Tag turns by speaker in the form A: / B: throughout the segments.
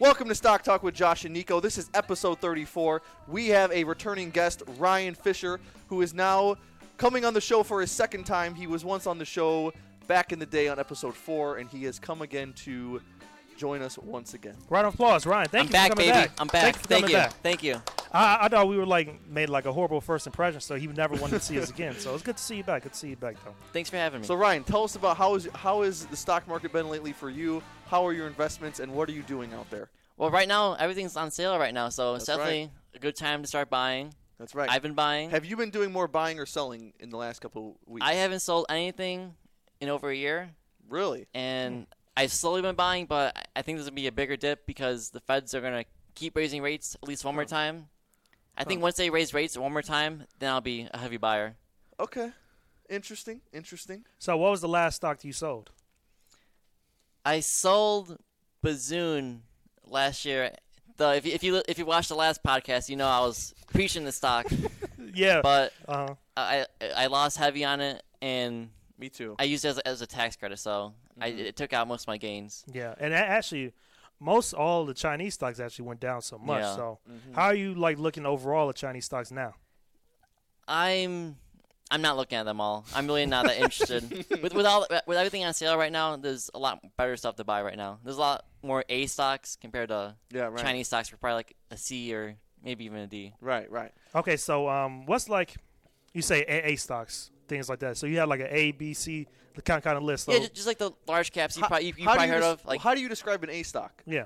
A: Welcome to Stock Talk with Josh and Nico. This is episode 34. We have a returning guest, Ryan Fisher, who is now coming on the show for his second time. He was once on the show back in the day on episode 4, and he has come again to join us once again.
B: Round of applause, Ryan. Thank
C: I'm
B: you
C: back,
B: for coming
C: baby.
B: back.
C: I'm back.
B: Thank you. For
C: Thank
B: coming
C: you.
B: Back.
C: Thank you.
B: I, I thought we were like made like a horrible first impression, so he never wanted to see us again. So it's good to see you back. Good to see you back, though.
C: Thanks for having me.
A: So, Ryan, tell us about how is how is the stock market been lately for you? How are your investments, and what are you doing out there?
C: well, right now everything's on sale right now, so it's
A: That's right.
C: definitely a good time to start buying.
A: That's right.
C: I've been buying.
A: have you been doing more buying or selling in the last couple of weeks?
C: I haven't sold anything in over a year,
A: really.
C: and I've slowly been buying, but I- I think there's gonna be a bigger dip because the Feds are gonna keep raising rates at least one more time. I think once they raise rates one more time, then I'll be a heavy buyer.
A: Okay. Interesting. Interesting.
B: So what was the last stock that you sold?
C: I sold Bazoon last year. Though if you, if you if you watched the last podcast, you know I was preaching the stock,
B: Yeah.
C: but
B: uh huh.
C: I I I lost heavy on it, and
A: Me too.
C: I used it as, as a tax credit, so I,
A: Mm-hmm.
C: it took out most of my gains.
B: Yeah. And a- actually, most all the Chinese stocks actually went down so much.
C: Yeah. Mm-hmm.
B: So how are you like looking overall at Chinese stocks now?
C: I'm I'm not looking at them all. I'm really not that interested. with with all with everything on sale right now, there's a lot better stuff to buy right now. There's a lot more A stocks compared to
A: Yeah, right.
C: Chinese stocks, for probably like a C or maybe even a D.
A: Right, right.
B: Okay, so um, what's like? You say A, A stocks, things like that. So you have like an A, B, C, the kind kind of list. So,
C: yeah, ju- just, like the large caps you probably you, you
A: How do
C: probably
A: you
C: heard
A: des-
C: of. Like
A: how do you describe an A stock?
B: yeah.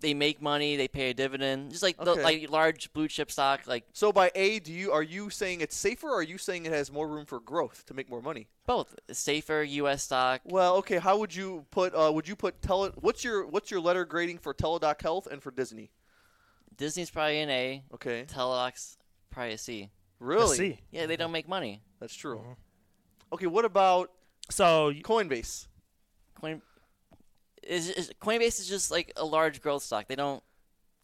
C: they make money, they pay a dividend, just like
A: Okay.
C: the, like large blue chip stock. Like
A: So by A, do you are you saying it's safer? or Are you saying it has more room for growth to make more money?
C: both safer U.S. stock.
A: Well, okay. How would you put? Uh, would you put tele? What's your what's your letter grading for Teladoc Health and for Disney?
C: Disney's probably an A.
A: Okay,
C: Telox probably a C.
A: really?
B: Let's see.
C: Yeah, they don't make money.
A: That's true. Okay, what about
B: So y-
A: Coinbase?
C: Coin is, is Coinbase is just like a large growth stock. They don't.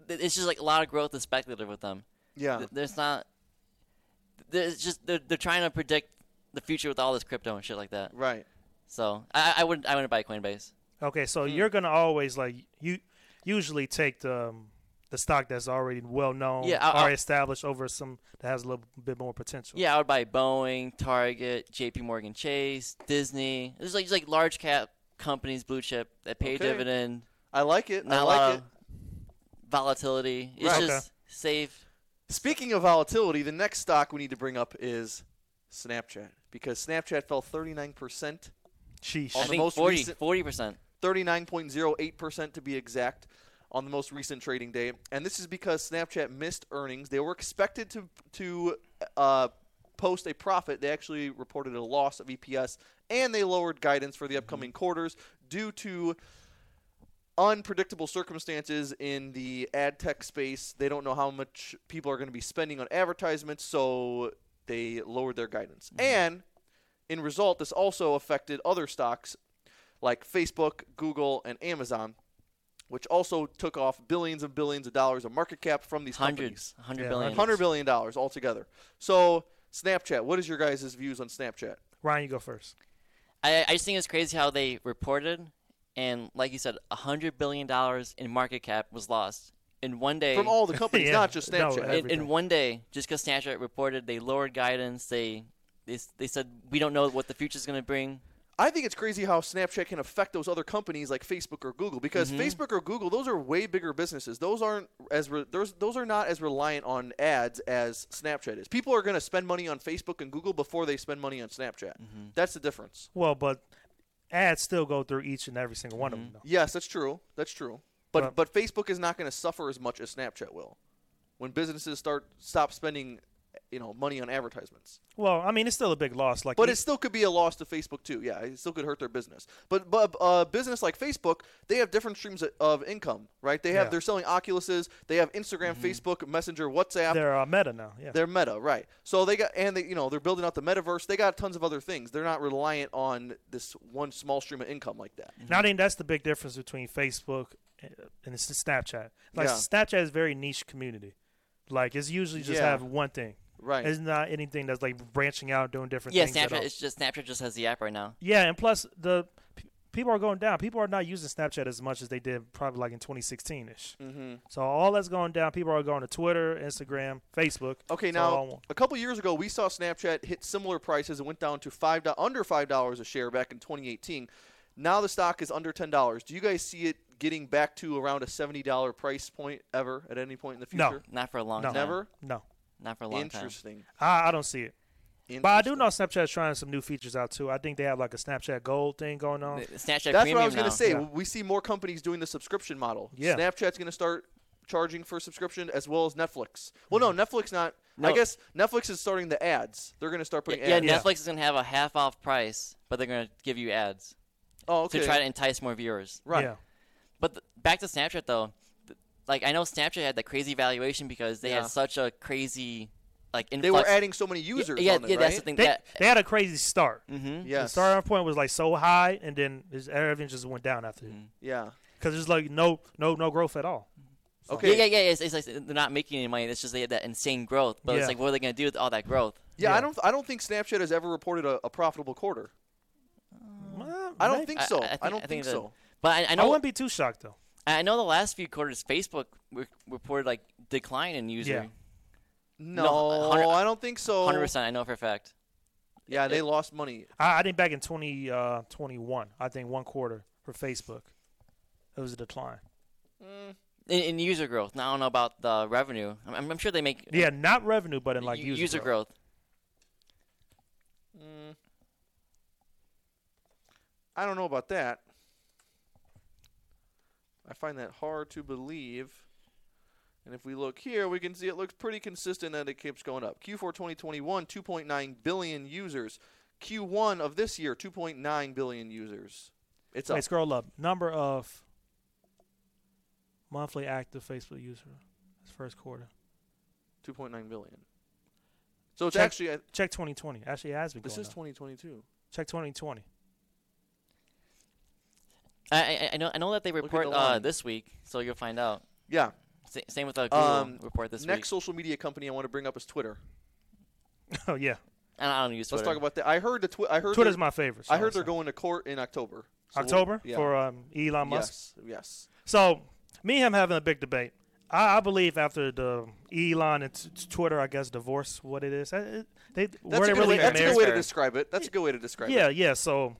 C: th- It's just like a lot of growth is speculative with them.
A: Yeah,
C: Th- There's not. There's just they're, they're trying to predict the future with all this crypto and shit like that.
A: right.
C: So I, I wouldn't I wouldn't buy Coinbase.
B: okay, so you're gonna always like you usually take the um, the stock that's already well known,
C: Yeah, I- I-
B: already established over some that has a little bit more potential.
C: Yeah, I would buy Boeing, Target, J.P. Morgan Chase, Disney. There's like just like large cap companies, blue chip that pay
A: Okay.
C: a dividend.
A: I like it.
C: Not
A: I
C: a
A: like
C: lot
A: it.
C: of volatility. It's
A: Right.
C: just
B: Okay.
C: safe.
A: Speaking of volatility, the next stock we need to bring up is Snapchat because Snapchat fell thirty nine percent
B: Sheesh.
A: On
C: I
A: the
C: think
A: most
C: 40
A: recent-
C: percent.
A: 39.08% to be exact on the most recent trading day. And this is because Snapchat missed earnings. They were expected to to uh, post a profit. They actually reported a loss of EPS and they lowered guidance for the upcoming quarters due to unpredictable circumstances in the ad tech space. They don't know how much people are going to be spending on advertisements, so they lowered their guidance. And in result, this also affected other stocks like Facebook, Google, and Amazon, which also took off billions and billions of dollars of market cap from these companies.
C: Hundreds, hundred
B: Yeah,
C: billion.
A: $100 billion dollars altogether. So, Snapchat, what is your guys' views on Snapchat?
B: Ryan, you go first.
C: I, I just think it's crazy how they reported, and like you said, hundred billion dollars in market cap was lost in one day.
A: From all the companies,
B: Yeah,
A: not just
B: no,
A: Snapchat.
B: every-
C: in, in one day, just because Snapchat reported, they lowered guidance. They they, s- they said we don't know what the future's going to bring.
A: I think it's crazy how Snapchat can affect those other companies like Facebook or Google because Facebook or Google those are way bigger businesses. Those aren't as re- those those are not as reliant on ads as Snapchat is. People are going to spend money on Facebook and Google before they spend money on Snapchat. That's the difference.
B: Well, but ads still go through each and every single one of them. Though.
A: Yes, that's true. That's true. But
B: Right.
A: but Facebook is not going to suffer as much as Snapchat will when businesses start stop spending you know money on advertisements.
B: Well, I mean, it's still a big loss. Like,
A: But
B: e-
A: it still could be a loss to Facebook too. Yeah, it still could hurt their business. But but uh, business like Facebook, they have different streams of- of income, right? They have
B: Yeah.
A: they're selling Oculuses, they have Instagram, Facebook, Messenger, WhatsApp. They're,
B: they're uh, Meta now. Yeah.
A: Meta, right? So they got and they you know they're building out the metaverse. They got tons of other things. They're not reliant on this one small stream of income like that.
B: And I think that's the big difference between Facebook and it's Snapchat. Like
A: Yeah.
B: Snapchat is a very niche community. Like it's usually just
A: Yeah.
B: have one thing.
A: Right.
B: It's not anything that's like branching out, doing different
C: Yeah,
B: things. at all.
C: Snapchat. It's just Snapchat just has the app right now.
B: Yeah, and plus the p- people are going down. People are not using Snapchat as much as they did probably like in 2016 ish.
A: Mm-hmm.
B: So all that's going down. People are going to Twitter, Instagram, Facebook.
A: Okay,
B: That's all I
A: now
B: want.
A: a couple years ago, we saw Snapchat hit similar prices. It went down to five do- under five dollars a share back in 2018. Now the stock is under ten dollars. Do you guys see it getting back to around a seventy dollar price point ever at any point in the
B: No.
A: future?
C: Not for a long
B: No.
C: time.
A: Never.
B: no,
C: Not for a long time.
A: Interesting.
B: I, I don't see it. But I do
A: Interesting.
B: know Snapchat's trying some new features out too. I think they have like a Snapchat Gold thing going on.
C: Snapchat
A: That's
C: Premium
A: what I was
C: now.
A: going to say.
B: Yeah.
A: We see more companies doing the subscription model.
B: Yeah.
A: Snapchat's going to start charging for subscription as well as Netflix. Well,
B: Mm-hmm.
A: no, Netflix not. I
C: No.
A: guess Netflix is starting the ads. They're going to start putting
C: Yeah,
A: ads.
B: Yeah.
C: Netflix is gonna have a half off price, but they're gonna give you ads
A: Oh, okay.
C: to try to entice more viewers.
A: right.
B: Yeah.
C: But th- back to Snapchat though, th- like I know Snapchat had that crazy valuation because they
A: Yeah.
C: had such a crazy like influx.
A: They were adding so many users.
C: Yeah,
A: on it,
C: yeah, that's the
A: right?
C: thing.
B: They,
C: that,
B: they had a crazy start.
C: hmm
A: Mm-hmm. Yes.
B: The start off point was like so high, and then just- everything just went down after because
A: Yeah.
B: there's like no no no growth at all.
A: Okay.
C: Yeah, yeah, yeah. It's, it's like they're not making any money. It's just they had that insane growth. But
B: Yeah.
C: it's like, what are they gonna do with all that growth?
A: Yeah, I
B: Yeah.
A: don't. I don't think Snapchat has ever reported a, a profitable quarter.
B: Well,
A: Mm-hmm. I don't
B: may-
A: think so. I, don't think,
C: that-
A: so.
C: But I, I
B: I
C: know
B: wouldn't be too shocked though.
C: I know the last few quarters, Facebook re- reported like decline in user.
A: No,
C: a hundred-
A: I don't think so.
C: Hundred percent. I know for a fact.
A: Yeah, they lost money.
B: I, I think back in 20, uh, 21, I think one quarter for Facebook, it was a decline.
C: In, in user growth. Now I don't know about the revenue. I'm- I'm, I'm sure they make
B: Yeah, not revenue, but in like
C: u-
B: user, growth.
C: growth.
A: I don't know about that. I find that hard to believe. And if we look here, we can see it looks pretty consistent and it keeps going up. Q4 2021, 2.9 billion users. Q1 of this year, 2.9 billion users. It's up.
B: Wait, scroll up. Number of monthly active Facebook user. That's first quarter.
A: 2.9 billion. So it's
B: Check-
A: actually I-
B: Check 2020. Actually, it has been
A: this
B: going
A: is
B: up.
A: 2022.
B: Check 2020.
C: I, I, I know I know that they
A: at
C: report
A: the
C: uh,
A: line.
C: this week, so you'll find out.
A: Yeah.
C: Sa- same with the Google
A: Um,
C: report this
A: Next
C: week.
A: social media company I want to bring up is Twitter.
B: oh yeah,
C: And I don't use Twitter.
A: Let's talk about that. I heard the twi- I heard
B: Twitter's
A: they're-
B: my favorite.
A: I heard they're
B: honestly.
A: going to court in October. So we'll-
B: October
A: yeah.
B: for um, Elon Musk.
A: yes, yes.
B: So me and him having a big debate. I, I believe after the Elon and t- t- Twitter, I guess divorce, what it is. I- it- they
A: That's,
B: were
A: a
B: they
A: good,
B: really
A: way, that's a
B: married?
A: good way to
C: Fair.
A: describe it. That's a good way to describe
B: Yeah,
A: it.
B: yeah. So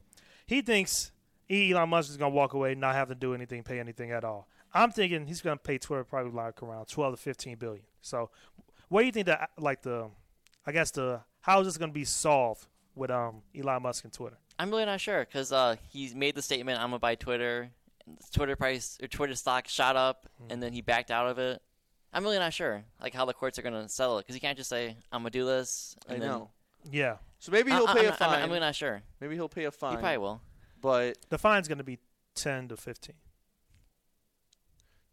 B: he thinks Elon Musk is gonna walk away, and not have to do anything, pay anything at all. I'm thinking he's gonna pay Twitter probably like around 12 to 15 billion. So what do you think that like the, I guess the how is this gonna be solved with um Elon Musk and Twitter?
C: I'm really not sure because uh, he's made the statement, "I'm gonna buy Twitter." Twitter price or Twitter stock shot up,
B: Hmm.
C: and then he backed out of it. I'm really not sure, like how the courts are gonna settle it, because you can't just say, "I'm gonna do this."
A: I
C: And then,
A: know.
B: Yeah,
A: So maybe
C: I-
A: he'll
C: I-
A: pay
C: I'm,
A: a
C: I'm- I'm
A: fine.
C: really not sure.
A: maybe he'll pay a
C: He
A: fine.
C: probably will.
A: But
B: the fine's gonna be 10 to 15.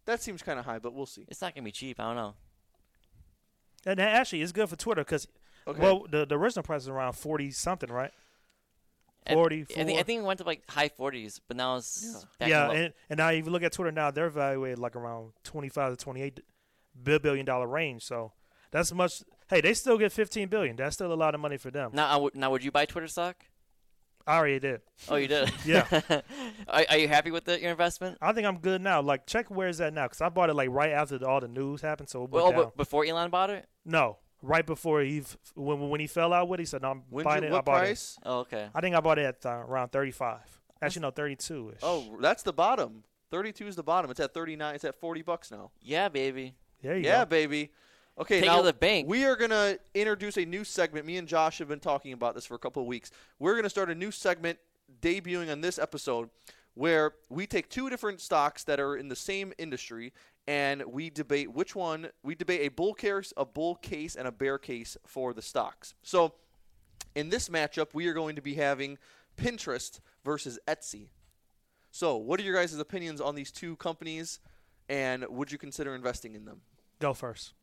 A: that seems kind of high. But we'll see.
C: It's not gonna be cheap. I don't know.
B: And that actually is good for Twitter because
A: Okay.
B: well the, the original price is around 40 something, right?
C: I- I, think
B: 44.
C: I think it went to like high 40s, but now it's back
B: yeah,
C: low.
B: and, and now if you look at Twitter now, they're evaluated like around twenty five to twenty eight billion dollar range. So that's much. Hey, they still get fifteen billion. That's still a lot of money for them.
C: now, I would- now would you buy Twitter stock?
B: I already did.
C: Oh, you did.
B: Yeah.
C: are, are you happy with the, your investment?
B: I think I'm good now. Like, check where is that now? Because I bought it like right after the- all the news happened. So it went
C: Well, oh,
B: down.
C: but before Elon bought it.
B: no, right before he f- when when he fell out with, it, he said, "No, I'm
A: When
B: buying
A: you,
B: it." I
A: what
B: bought
A: price?
C: Oh, okay.
B: it. I think I bought it at uh, around thirty five. Actually, no, thirty two ish.
A: Oh, that's the bottom. Thirty-two is the bottom. It's at thirty-nine. It's at forty bucks now.
C: Yeah, baby.
B: there you
A: Yeah,
B: go.
A: baby. Okay,
C: Take it
A: now
C: to the bank.
A: we are gonna introduce a new segment. Me and Josh have been talking about this for a couple of weeks. We're gonna start a new segment debuting on this episode where we take two different stocks that are in the same industry and we debate which one we debate a bull case, a bull case, and a bear case for the stocks. So in this matchup, we are going to be having Pinterest versus Etsy. So, what are your guys' opinions on these two companies, and would you consider investing in them?
B: Go first.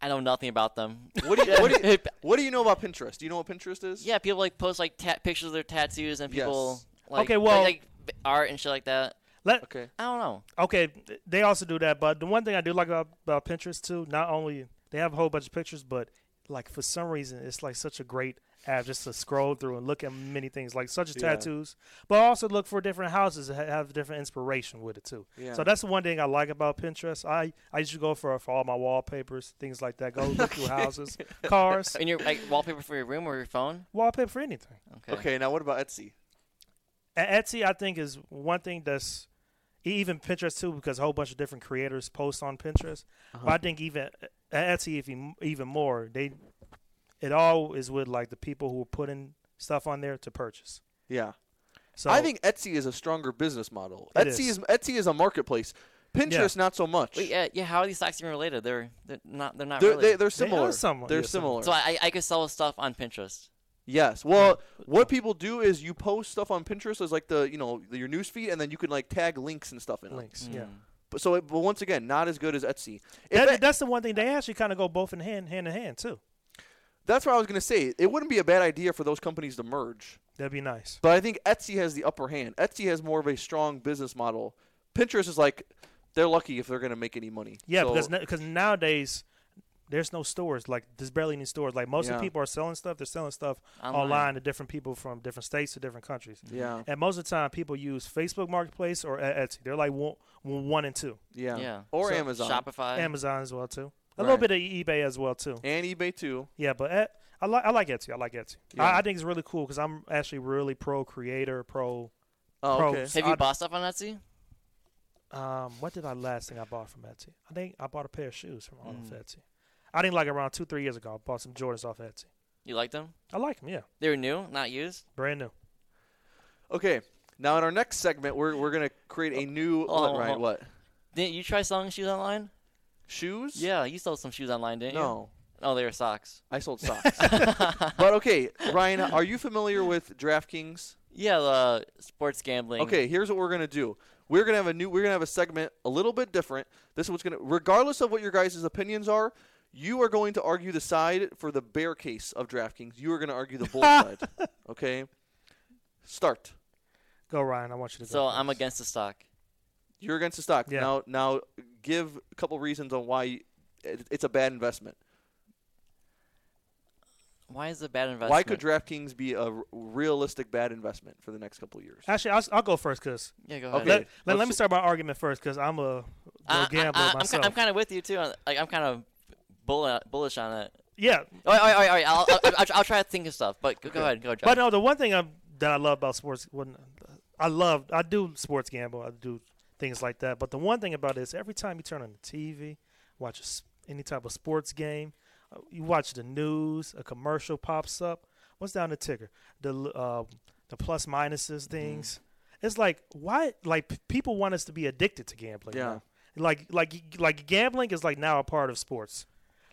C: I know nothing about them.
A: What do you what do you, what do you know about Pinterest? Do you know what Pinterest is?
C: yeah, people like post like ta- pictures of their tattoos and people like
B: Okay, well-
C: like, like, art and shit like that.
B: Let
A: Okay.
C: I don't know.
B: okay, th- they also do that. But the one thing I do like about, about Pinterest too, not only they have a whole bunch of pictures, but like for some reason it's like such a great app just to scroll through and look at many things like such as
A: Yeah.
B: tattoos, but also look for different houses that ha- have different inspiration with it too.
A: Yeah.
B: So that's one thing I like about Pinterest. I I usually go for for all my wallpapers, things like that. Go look through houses, cars,
C: In your like wallpaper for your room or your phone.
B: wallpaper for anything.
C: Okay.
A: Okay, now what about Etsy?
B: And Etsy, I think, is one thing that's e- even Pinterest too, because a whole bunch of different creators post on Pinterest.
A: Uh-huh.
B: But I think even at Etsy, if you, even more, they it all is with like the people who are putting stuff on there to purchase.
A: Yeah.
B: So
A: I think Etsy is a stronger business model.
B: It
A: Etsy
B: is.
A: is. Wetsy Etsy is a marketplace. Pinterest not so much.
C: Wait, yeah, yeah. How are these stocks even related? They're they're not. They're not
A: they're,
C: really.
A: they, they're similar.
B: similar.
A: They're
B: Yeah, similar.
A: similar.
C: so I I could sell stuff on Pinterest.
A: yes. Well, what people do is you post stuff on Pinterest as like the you know your news feed, and then you can like tag links and stuff in it.
B: links.
C: Mm,
B: Yeah,
A: But so, it, but once again, not as good as Etsy. Mm. If
B: that,
A: that-
B: that's the one thing they actually kind of go both in hand, hand in hand too.
A: that's what I was gonna say. It wouldn't be a bad idea for those companies to merge.
B: That'd be nice.
A: But I think Etsy has the upper hand. Etsy has more of a strong business model. Pinterest is like they're lucky if they're gonna make any money.
B: Yeah,
A: So-
B: because because nowadays there's no stores like there's barely any stores. Like most of
A: Yeah.
B: the people are selling stuff. They're selling stuff
C: Online.
B: online. to different people from different states to different countries.
A: Yeah.
B: And most of the time, people use Facebook Marketplace or E- Etsy. They're like one, one and two.
A: yeah,
C: Yeah.
A: or
C: So,
A: Amazon
C: Shopify.
B: Amazon as well too. A
A: Right.
B: little bit of eBay as well too.
A: and eBay too.
B: Yeah, but E- I like I like Etsy. I like Etsy.
A: Yeah.
B: I, I think it's really cool because I'm actually really pro creator, pro.
A: Oh,
B: Pro.
A: okay.
C: Have you
B: I-
C: bought stuff on Etsy?
B: Um, what did I last thing I bought from Etsy? I think I bought a pair of shoes from off
C: Mm.
B: Etsy. I think like around two three years ago. I bought some Jordans off Etsy.
C: You like them?
B: I like them. Yeah,
C: They were new, not used.
B: brand new.
A: Okay. Now in our next segment, we're we're gonna create a new
C: Oh,
A: what, Ryan?
C: oh.
A: What
C: Didn't you try selling shoes online?
A: shoes?
C: Yeah, you sold some shoes online, didn't you?
A: No,
C: Oh, they were socks.
A: I sold socks. but okay, Ryan, are you familiar with DraftKings?
C: Yeah, the sports gambling.
A: Okay, here's what we're gonna do. We're gonna have a new. We're gonna have a segment a little bit different. This is what's gonna, regardless of what your guys' opinions are, you are going to argue the side for the bear case of DraftKings. You are gonna argue the bull side. Okay, start.
B: Go Ryan. I want you to.
C: So
B: go
C: I'm
B: first.
C: against the stock.
A: You're against the stock.
B: Yeah.
A: Now, now give a couple reasons on why it, it's a bad investment.
C: Why is it a bad investment?
A: Why could DraftKings be a r- realistic bad investment for the next couple of years?
B: Actually, I'll, I'll go first because
C: Yeah, go
A: Okay.
C: ahead.
B: let, let,
A: let's
B: let me
A: see.
B: start my argument first because I'm a,
C: I,
B: a gambler
C: I,
B: myself.
C: am kind of with you too. on- Like I'm kind of bull, uh, bullish on it.
B: yeah,
C: All right, all right, all right. oh, I'll, I'll, I'll, I'll try to think of stuff, but go, go ahead, go ahead.
B: but uh,
C: Josh.
B: no, the one thing I'm, that I love about sports, when I love, I do sports gamble, I do things like that. But the one thing about it is every time you turn on the TV, watch a s any type of sports game, uh, you watch the news, a commercial pops up. What's down the ticker? The l- uh, the plus minuses things. It's like why like p- people want us to be addicted to gambling.
A: Yeah.
B: now. Like like like gambling is like now a part of sports.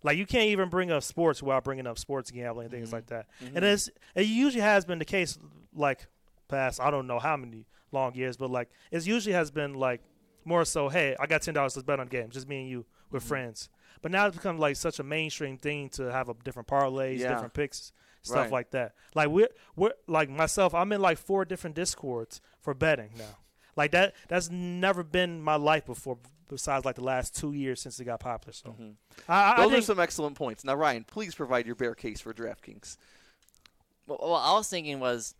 B: Like you can't even bring up sports without bringing up sports gambling and things
A: Mm-hmm.
B: like that. And it's it usually has been the case like past I don't know how many long years, but like it usually has been like more so, hey, I got ten dollars, let's bet on games, just me and you with
A: Mm-hmm.
B: friends. But now it's become like such a mainstream thing to have a different parlays,
A: Yeah.
B: different picks, stuff
A: Right.
B: like that. Like we're we're like myself, I'm in like four different discords for betting now. Like that that's never been my life before besides like the last two years since it got popular. So I, I- I
A: Mm-hmm. Those are
B: think-
A: some excellent points. Now, Ryan, please provide your bear case for DraftKings.
C: Well, what I was thinking was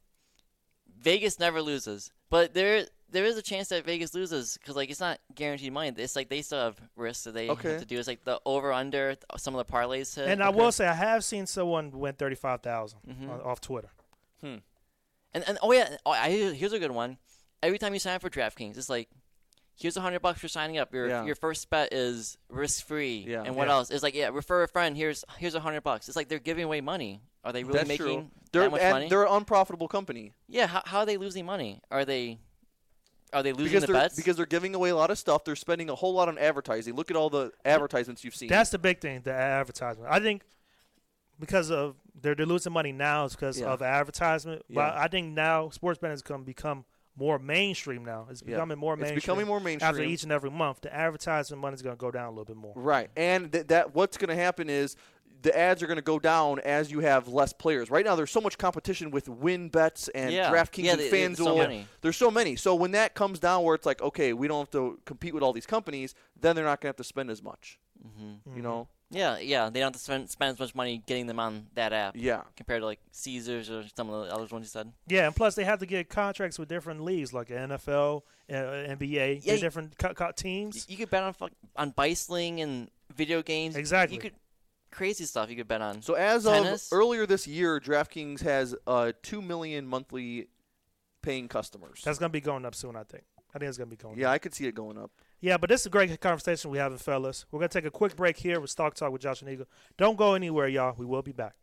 C: Vegas never loses, but there there is a chance that Vegas loses because like it's not guaranteed money. It's like they still have risks that they
A: Okay.
C: have to do. It's like the over under some of the parlays hit.
B: And I will say I have seen someone win thirty five
A: Mm-hmm.
B: off Twitter.
C: And, and oh yeah, oh, I, here's a good one. Every time you sign up for DraftKings, it's like, here's a hundred bucks for signing up. Your
A: Yeah.
C: your first bet is risk free.
A: Yeah.
C: And what
B: Yeah.
C: else? It's like yeah, refer a friend. Here's here's a hundred bucks. It's like they're giving away money. Are they really
A: That's
C: making
A: true.
C: that
A: They're,
C: much
A: and
C: money?
A: they're an unprofitable company
C: Yeah. How, how are they losing money? Are they are they losing
A: because
C: the
A: they're
C: bets?
A: because they're giving away a lot of stuff. They're spending a whole lot on advertising. Look at all the advertisements you've seen.
B: That's the big thing, the advertisement. I think because of they're, they're losing money now is because
A: Yeah.
B: of advertisement. But
A: Yeah.
B: I think now sports betting is going to become more mainstream now. It's
A: Yeah.
B: becoming more
A: It's
B: mainstream.
A: becoming more
B: After
A: mainstream.
B: each and every month, the advertisement money is going to go down a little bit more.
A: right. And th- that what's going to happen is the ads are going to go down as you have less players. Right now, there's so much competition with win bets and
C: Yeah.
A: DraftKings
C: Yeah,
A: and
C: they-
A: FanDuel.
C: there's so many.
A: There's so many. So when that comes down, where it's
C: Mm-hmm.
A: like, okay, we don't have to compete with all these companies, then they're not going to have to spend as much. You know.
C: Yeah, yeah. They don't have to spend, spend as much money getting them on that app
A: Yeah.
C: compared to like Caesars or some of the other ones you said.
B: Yeah, and plus they have to get contracts with different leagues like NFL, uh, NBA,
C: Yeah,
B: the
C: you-
B: different co- co-
C: Y-
B: teams.
C: You could bet on fuck, on bicycling and video games.
B: Exactly.
C: You could crazy stuff you could bet on.
A: So as
C: Tennis?
A: of earlier this year, DraftKings has uh, two million monthly paying customers.
B: That's gonna be going up soon, I think. I think it's gonna be going.
A: yeah,
B: up.
A: I could see it going up.
B: yeah. But this is a great conversation we having, fellas. We're gonna take a quick break here with Stock Talk with Josh and Eagle. Don't go anywhere, y'all. We will be back.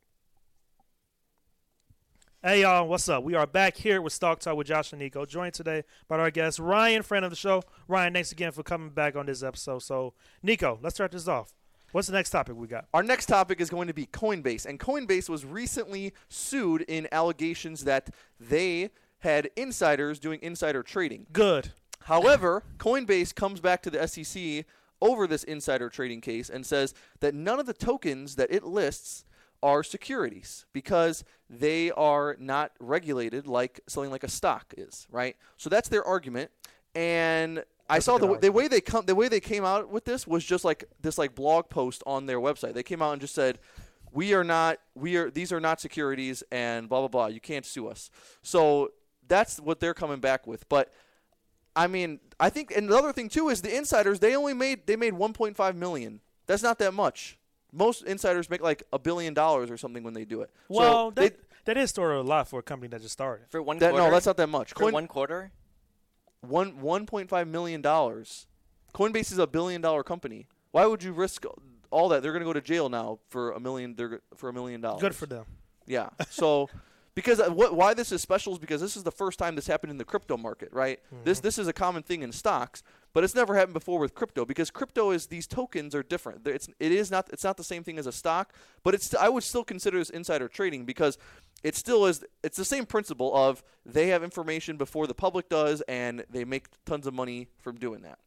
B: Hey y'all, what's up? We are back here with Stock Talk with Josh and Nico, joined today by our guest Ryan, friend of the show. Ryan, thanks again for coming back on this episode. So, Nico, let's start this off. What's the next topic we got?
A: Our next topic is going to be Coinbase, and Coinbase was recently sued in allegations that they had insiders doing insider trading.
B: Good.
A: However, Coinbase comes back to the SEC over this insider trading case and says that none of the tokens that it lists are securities because they are not regulated like something like a stock is, right? So that's their argument. And I
B: That's a
A: saw
B: good
A: the, w- the way they come the way they came out with this was just like this like blog post on their website. They came out and just said we are not we are these are not securities and blah blah blah. You can't sue us. So that's what they're coming back with. But I mean, I think and another thing too is the insiders. They only made they made 1.5 million. That's not that much. Most insiders make like a billion dollars or something when they do it. So
B: Well,
A: they-
B: that, that is sort of a lot for a company that just started.
C: For one
A: that-
C: quarter.
A: no, that's not that much.
C: for
A: Coin,
C: one quarter.
A: one 1.5 million dollars. Coinbase is a billion dollar company. Why would you risk all that? They're going to go to jail now for a million. They're go- for a million dollars.
B: Good for them.
A: Yeah. So because uh, what why this is special is because this is the first time this happened in the crypto market, right? This this is a common thing in stocks, but it's never happened before with crypto because crypto is these tokens are different. They're- It's it is not it's not the same thing as a stock, but it's I would still consider this insider trading because it still is it's the same principle of they have information before the public does and they make tons of money from doing that.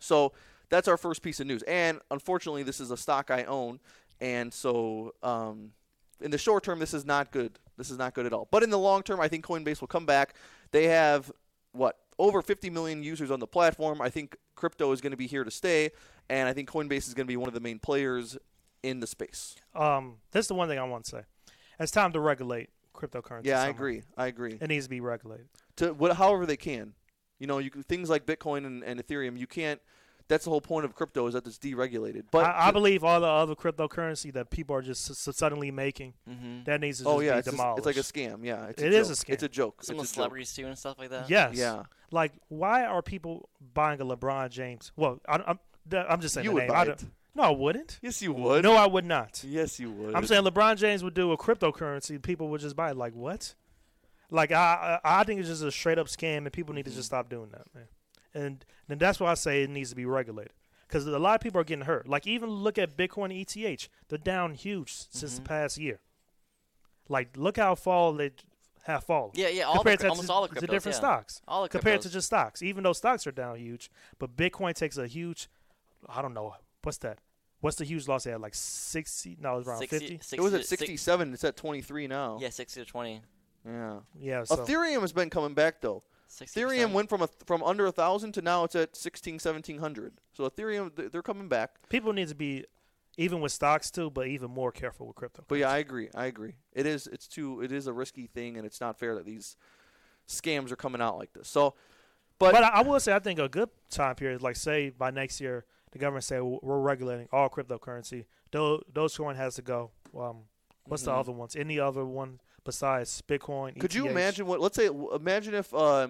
A: So that's our first piece of news. And unfortunately, this is a stock I own, and so um, in the short term, this is not good. This is not good at all. But in the long term, I think Coinbase will come back. They have what over 50 million users on the platform. I think crypto is going to be here to stay, and I think Coinbase is going to be one of the main players in the space.
B: Um, that's the one thing I want to say. It's time to regulate cryptocurrency.
A: Yeah, I
B: somehow.
A: agree. I agree.
B: It needs to be regulated.
A: to what, however they can. You know, you can, things like Bitcoin and, and Ethereum, you can't. That's the whole point of crypto is that it's deregulated. But
B: I, I believe all the other cryptocurrency that people are just s- s- suddenly making
C: Mm-hmm.
B: that needs to
A: oh
B: just
A: yeah,
B: be
A: it's, just-
B: demolished.
A: it's like a scam. Yeah, it's
B: It
A: a
B: is a
A: joke. It's
B: scam.
A: a joke.
C: Some of the
A: it's a joke.
C: celebrities too and stuff like that.
B: yes.
A: Yeah,
B: Like, why are people buying a LeBron James? Well, I, I'm that- I'm just saying
A: you
B: the
A: would
B: name.
A: buy
B: I
A: it.
B: don't- No, I wouldn't.
A: Yes, you would.
B: No, I would not.
A: Yes, you would.
B: I'm saying LeBron James would do a cryptocurrency. People would just buy it. Like what? Like I, I I think it's just a straight up scam, and people need to just
C: Mm-hmm.
B: stop doing that, man. And and that's why I say it needs to be regulated because a lot of people are getting hurt. Like even look at Bitcoin ETH, they're down huge since
C: Mm-hmm.
B: the past year. Like look how fall they have fallen.
C: Yeah, yeah. All the
B: compared
C: cr-
B: to
C: almost all
B: to
C: the cryptos.
B: different
C: yeah.
B: stocks.
C: All the
B: compared to
C: cryptos.
B: just stocks, even though stocks are down huge, but Bitcoin takes a huge. I don't know what's that. What's the huge loss they had? Like sixty? No, it was around
C: 60,
B: fifty.
C: 60,
A: it was at
C: six-
A: 67. It's at 23 now.
C: yeah, sixty to twenty.
A: Yeah.
B: Yeah. So
A: Ethereum has been coming back though.
C: 60%.
A: Ethereum went from a, from under a thousand to now it's at 16, 1700. So Ethereum, th- they're coming back.
B: people need to be, even with stocks too, but even more careful with crypto.
A: But yeah, I agree. I agree. It is. It's too. It is a risky thing, and it's not fair that these scams are coming out like this. So, but,
B: but, I, I will say, I think a good time period, like say by next year, the government say "Well, we're regulating all cryptocurrency. Those Dogecoin has to go. Um, what's the other ones? Any other one besides Bitcoin?
A: Mm-hmm.
B: E
A: could you
B: ETH?
A: imagine what? Let's say. w- Imagine if. Uh,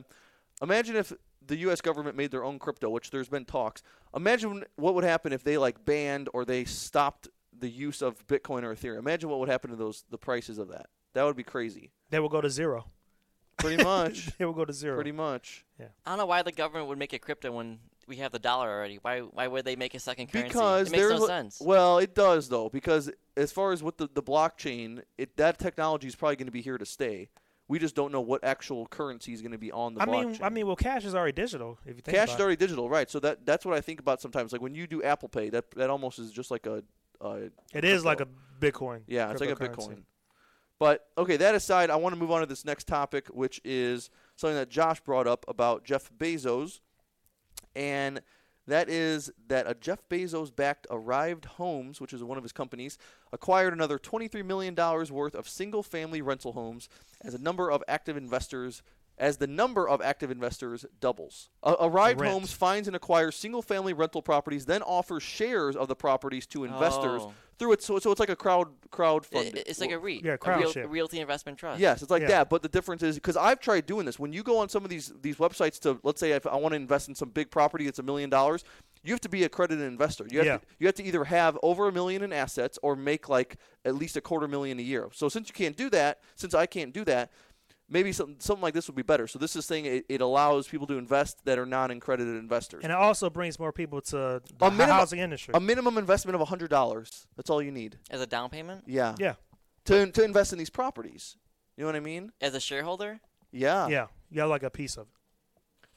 A: imagine if the U.S. government made their own crypto, which there's been talks. Imagine what would happen if they like banned or they stopped the use of Bitcoin or Ethereum. Imagine what would happen to those the prices of that. That would be crazy.
B: They will go to zero.
A: Pretty much.
B: They will go to zero.
A: pretty much.
C: I don't know why the government would make a crypto when we have the dollar already. Why why would they make a second currency?
A: Because
C: it makes
A: there's
C: no
A: a-
C: sense.
A: Well, it does though, because as far as with the, the blockchain, it that technology is probably going to be here to stay. We just don't know what actual currency is going to be on the
B: I
A: blockchain.
B: mean, I mean, well, cash is already digital. If you think
A: cash
B: about
A: is already digital, right? So that that's what I think about sometimes. Like when you do Apple Pay, that that almost is just like a, a
B: it, it is like a
A: crypto.
B: Bitcoin.
A: yeah, it's like a
B: cryptocurrency.
A: Bitcoin. But okay, that aside, I want to move on to this next topic, which is something that Josh brought up about Jeff Bezos and That is that a Jeff Bezos backed Arrived Homes, which is one of his companies, acquired another $23 million worth of single family rental homes as a number of active investors as the number of active investors doubles. Uh, Arrived
B: Rent.
A: Homes finds and acquires single family rental properties, then offers shares of the properties to investors
C: Oh.
A: through it. So, so it's like a crowd crowdfunding.
C: It, it- it's like a REIT,
B: Yeah,
C: a,
B: crowd
C: real-
B: share.
C: realty investment trust.
A: Yes, it's like
B: Yeah.
A: that. But the difference is because I've tried doing this. When you go on some of these these websites to let's say if I want to invest in some big property that's a million dollars, you have to be a accredited investor. You have
B: Yeah.
A: to, you have to either have over a million in assets or make like at least a quarter million a year. So since you can't do that, since I can't do that. Maybe something, something like this would be better. So this is saying it, it allows people to invest that are non-accredited investors.
B: And it also brings more people to the
A: A minimum-
B: housing industry.
A: a minimum investment of hundred dollars. That's all you need.
C: As a down payment?
A: Yeah.
B: yeah,
A: To to invest in these properties. You know what I mean?
C: As a shareholder?
A: Yeah.
B: yeah. You got like a piece of it.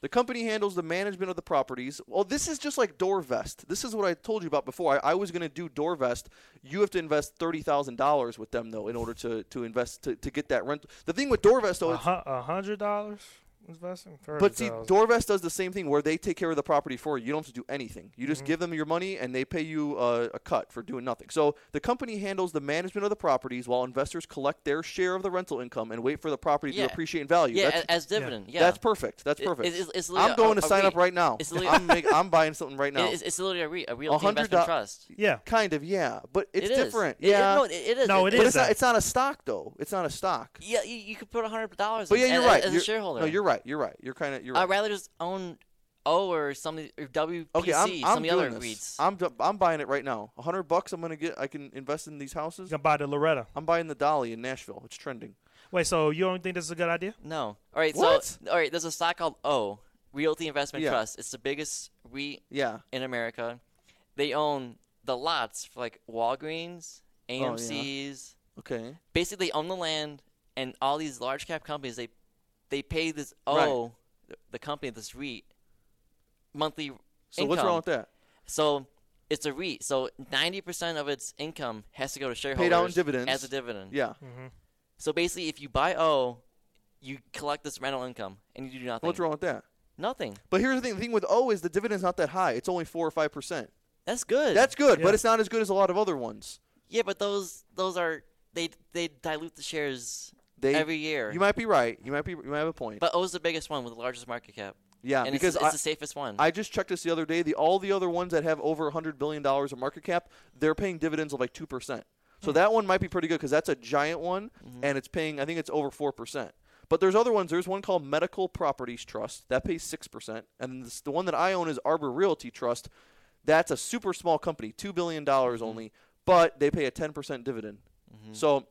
A: The company handles the management of the properties. Well, this is just like DoorVest. This is what I told you about before. I, I was going to do DoorVest. You have to invest thirty thousand dollars with them though in order to to invest to, to get that rent. The thing with DoorVest though,
B: A
A: it's,
B: hu- a hundred dollars investing.
A: but see,
B: $30,000.
A: DoorVest does the same thing where they take care of the property for you. You don't have to do anything. You just
B: Mm-hmm.
A: give them your money and they pay you uh, a cut for doing nothing. So the company handles the management of the properties while investors collect their share of the rental income and wait for the property
C: Yeah.
A: to appreciate in value.
C: Yeah,
A: that's,
C: a- as dividend. Yeah.
A: that's perfect. That's
C: It-
A: perfect.
C: it's- it's literally
A: I'm going
C: a-
A: to
C: a
A: sign up
C: REIT.
A: right now.
C: It's literally-
A: I'm, make, I'm buying something right now.
C: It- it's, it's literally a REIT, a realty
A: hundred
C: investment
A: do-
C: trust.
B: yeah,
A: kind of, yeah, but it's
C: It is.
A: different.
C: It- it-
A: yeah,
C: no, it- it is.
B: No, it
A: but
B: is
A: it's not.
B: that.
A: It's not a stock though. It's not a stock.
C: Yeah, you, you could put hundred dollars.
A: But yeah, you're
C: as,
A: right.
C: uh, As a
A: You're-
C: shareholder.
A: No, you're right. You're right. You're kind of. You're right.
C: I'd rather just own O or something or WPC,
A: Okay, I'm,
C: some
A: I'm
C: of the
A: doing
C: other
A: this.
C: REITs.
A: I'm d- I'm buying it right now. A hundred bucks. I'm gonna get. I can invest in these
B: you
A: houses.
B: can buy the Loretta.
A: I'm buying the Dolly in Nashville. It's trending.
B: Wait, so you don't think this is a good idea?
C: no. All right.
A: What?
C: So all right, there's a stock called O, Realty Investment
A: Yeah.
C: Trust. It's the biggest REIT
A: Yeah.
C: in America. They own the lots for like Walgreens,
A: Oh, yeah.
C: AMC's.
A: Okay.
C: Basically, they own the land, and all these large cap companies they they pay this
A: Right.
C: O, th- the company this REIT, monthly.
A: So what's wrong
C: income.
A: with that?
C: So it's a REIT. So ninety percent of its income has to go to shareholders.
A: out in dividends.
C: As a dividend.
A: Yeah.
C: So basically, if you buy O, you collect this rental income and you do nothing.
A: What's wrong with that?
C: Nothing.
A: But here's the thing. The thing with O is the dividend's not that high. It's only four or five percent.
C: That's good.
A: That's good,
B: Yeah.
A: but it's not as good as a lot of other ones.
C: yeah, but those those are they they dilute the shares
A: They
C: every year.
A: You might be right. You might be. You might have a point.
C: but O's the biggest one with the largest market cap.
A: yeah,
C: and
A: because
C: it's,
A: I,
C: it's the safest one.
A: I just checked this the other day. The all the other ones that have over 100 billion dollars of market cap, they're paying dividends of like two percent. So
C: Mm.
A: that one might be pretty good because that's a giant one,
C: Mm-hmm.
A: and it's paying. I think it's over four percent. But there's other ones. There's one called Medical Properties Trust that pays six percent, and this, the one that I own is Arbor Realty Trust. That's a super small company, two billion dollars
C: Mm-hmm.
A: only, but they pay a 10 percent dividend. So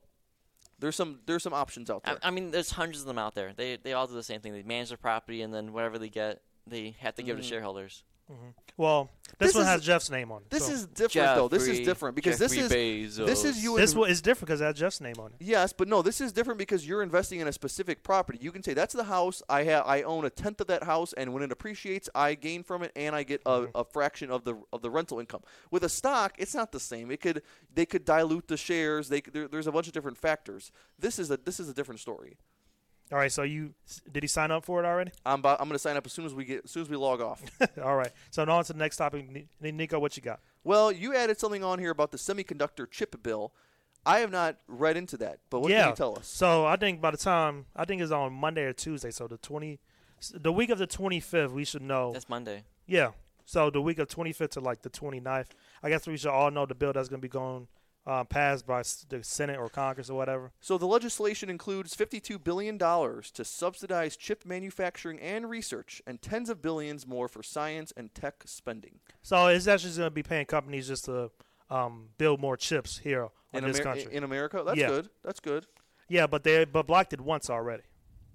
A: there's some there's some options out there.
C: I, I mean, there's hundreds of them out there. They they all do the same thing. They manage their property, and then whatever they get, they have to give
A: Mm.
C: to shareholders.
B: Well, this,
A: This
B: one
A: is-
B: has Jeff's name on it.
A: this
B: so-
A: is different though. This is
C: Jeffrey-
A: different because this
C: Jeffrey
A: is this is
C: Bezos.
A: you.
B: this
A: inv-
B: one is different because it has Jeff's name on it.
A: Yes, but no, this is different because you're investing in a specific property. You can say that's the house I have. I own a tenth of that house, and when it appreciates, I gain from it, and I get a,
B: Mm-hmm.
A: a fraction of the of the rental income. With a stock, it's not the same. It could they could dilute the shares. They could- there, there's a bunch of different factors. This is a this is a different story.
B: All right, so you did he sign up for it already?
A: I'm about, I'm going to sign up as soon as we get as soon as we log off.
B: All right, so now on to the next topic. Ni- Nico, what you got?
A: well, you added something on here about the semiconductor chip bill. I have not read into that, but what
B: yeah,
A: can you tell us?
B: So I think by the time I think it's on Monday or Tuesday, so the twenty, the week of the twenty fifth, we should know.
C: That's Monday.
B: Yeah. So the week of 25th to like the 29th, I guess we should all know the bill that's going to be going uh, passed by s- the Senate or Congress or whatever.
A: So the legislation includes $52 billion to subsidize chip manufacturing and research, and tens of billions more for science and tech spending.
B: So it's actually going to be paying companies just to um, build more chips here in
A: In,
B: this
A: Amer-
B: country.
A: in America? That's
B: Yeah.
A: good. That's good.
B: yeah, but they but blocked it once already.